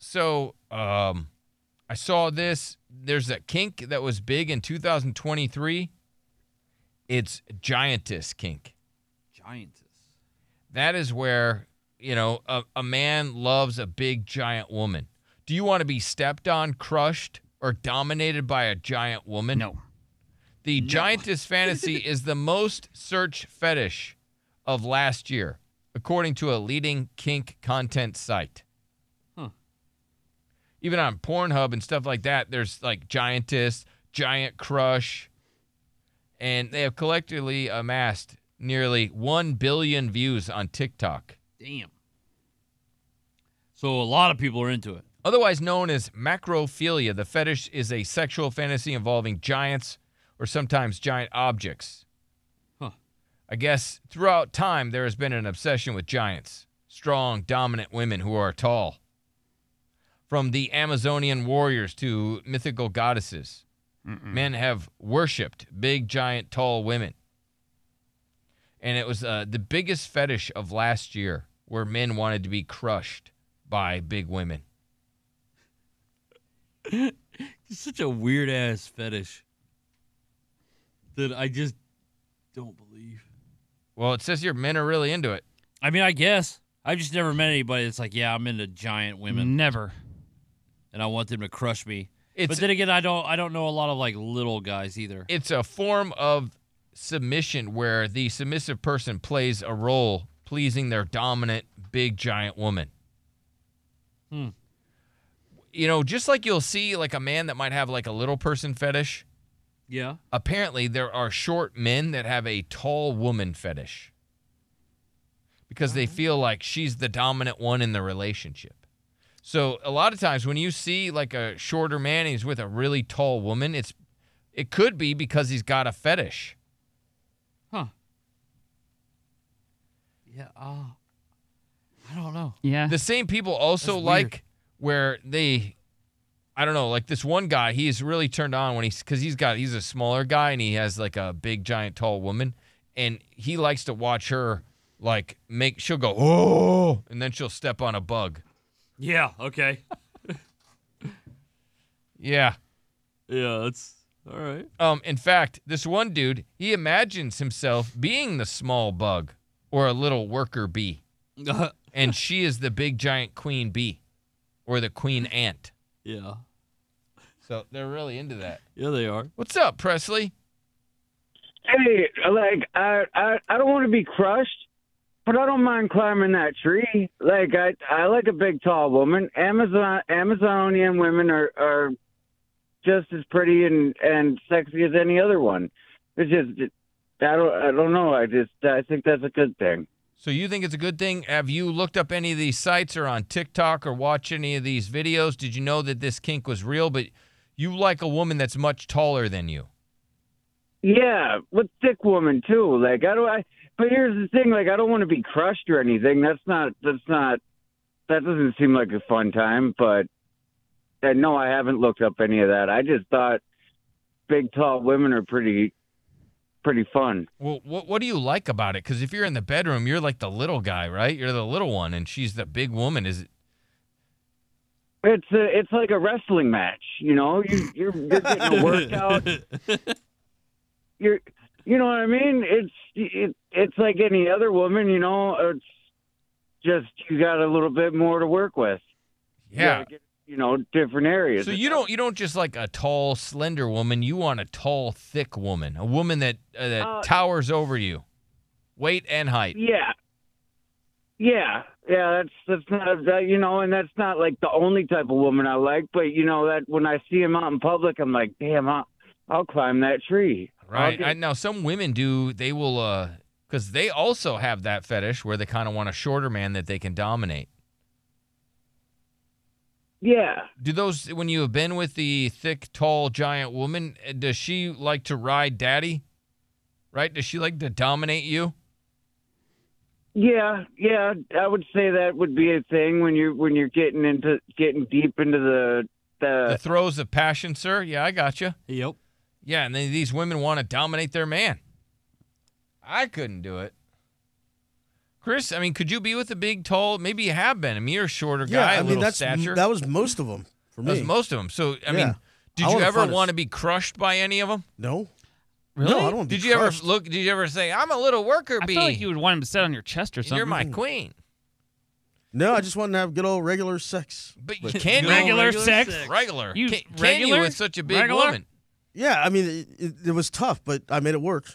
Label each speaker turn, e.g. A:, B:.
A: so um, I saw this. There's that kink that was big in 2023. It's giantess kink.
B: Giantess.
A: That is where, you know, a, a man loves a big giant woman. Do you want to be stepped on, crushed, or dominated by a giant woman?
B: No.
A: The giantess fantasy is the most searched fetish of last year, according to a leading kink content site.
B: Huh.
A: Even on Pornhub and stuff like that, there's like giantess, giant crush, and they have collectively amassed nearly 1 billion views on TikTok,
B: Damn. So a lot of people are into it.
A: otherwise known as macrophilia. The fetish is a sexual fantasy involving giants or sometimes giant objects.
B: Huh.
A: I guess throughout time there has been an obsession with giants, strong, dominant women who are tall. From the Amazonian warriors to mythical goddesses,
B: Hmm.
A: men have worshipped big, giant, tall women. And it was uh, the biggest fetish of last year where men wanted to be crushed by big women.
B: It's such a weird ass fetish that I just don't believe.
A: Well, it says here men are really into it.
B: I mean, I guess I've just never met anybody that's like, yeah, I'm into giant women
C: Never.
B: and I want them to crush me.
A: It's
B: but then again, I don't I don't know a lot of like little guys either.
A: it's a form of submission where the submissive person plays a role pleasing their dominant big giant woman.
B: Hmm.
A: You know, just like you'll see like a man that might have like a little person fetish,
B: yeah.
A: apparently there are short men that have a tall woman fetish. Because they feel like she's the dominant one in the relationship. So a lot of times when you see like a shorter man and he's with a really tall woman, it's it could be because he's got a fetish.
B: Huh. Yeah. Oh. I don't know.
C: Yeah.
A: The same people also
B: That's
A: like
B: weird.
A: where they, I don't know, like this one guy, he is really turned on when he's because he's got he's a smaller guy and he has like a big giant tall woman, and he likes to watch her like make she'll go oh and then she'll step on a bug.
B: Yeah. Okay.
A: Yeah.
B: yeah. That's all right.
A: Um. In fact, this one dude, he imagines himself being the small bug or a little worker bee, and she is the big giant queen bee, or the queen ant.
B: yeah.
A: So they're really into that.
B: Yeah, they are.
A: What's up, Presley?
D: Hey, like I, I, I don't want to be crushed, but I don't mind climbing that tree. Like I, I like a big tall woman. Amazon, Amazonian women are are just as pretty and and sexy as any other one. It's just, I don't, I don't know. I just, I think that's a good thing.
A: So you think it's a good thing? Have you looked up any of these sites or on TikTok or watch any of these videos? Did you know that this kink was real? But you like a woman that's much taller than you.
D: Yeah, with thick woman too. Like I don't. I, but here's the thing. Like I don't want to be crushed or anything. That's not. That's not. That doesn't seem like a fun time. But uh, no, I haven't looked up any of that. I just thought big tall women are pretty, pretty fun.
A: Well, what what do you like about it? Because if you're in the bedroom, you're like the little guy, right? You're the little one, and she's the big woman. Is it?
D: It's a, it's like a wrestling match. You know, you, you're you're getting a workout. you're you know what I mean? It's it, it's like any other woman, you know. It's just you got a little bit more to work with. You
A: Yeah.
D: gotta get, you know, different areas.
A: So you don't you don't just like a tall, slender woman. You want a tall, thick woman, a woman that uh, that
D: Uh,
A: towers over you, weight and height.
D: Yeah. Yeah, yeah, that's that's not that, you know, and that's not like the only type of woman I like, but you know that when I see him out in public, I'm like, damn, I'll, I'll climb that tree. I'll
A: Right.
D: get-
A: I, now, some women do, they will, uh, because they also have that fetish where they kind of want a shorter man that they can dominate.
D: yeah,
A: Do those, when you have been with the thick, tall, giant woman, uh, does she like to ride daddy? Right? Does she like to dominate you?
D: Yeah, yeah, I would say that would be a thing when you're when you're getting into getting deep into the
A: The
C: Uh,
D: the
A: throes of passion, sir? Yeah, I gotcha.
B: Yep.
A: Yeah, and then these women want to dominate their man. I couldn't do it. Chris, I mean, could you be with a big, tall? Maybe you have been. I mean, you're a shorter
C: Yeah,
A: guy, a
C: I mean
A: little
C: that's
A: stature.
C: that was most of them for
A: That
C: me.
A: was most of them. So, I
C: Yeah.
A: mean, did
C: I
A: you
C: wanna
A: ever
C: find a-
A: want to be crushed by any of them?
C: no,
E: Really?
C: no, I don't. wanna be
A: Did you ever
C: crushed.
A: look? Did you ever say, "I'm a little worker
E: I
A: bee"?
E: feel like you would want him to sit on your chest or something.
A: are my queen.
C: No, I just wanted to have good old regular sex.
A: But you
C: But-
A: can you-
E: Regular sex?
A: regular.
E: You
A: can, can you
E: regular?
A: with such a big
E: Regular?
A: woman?
C: Yeah, I mean it, it, it was tough, but I made it work.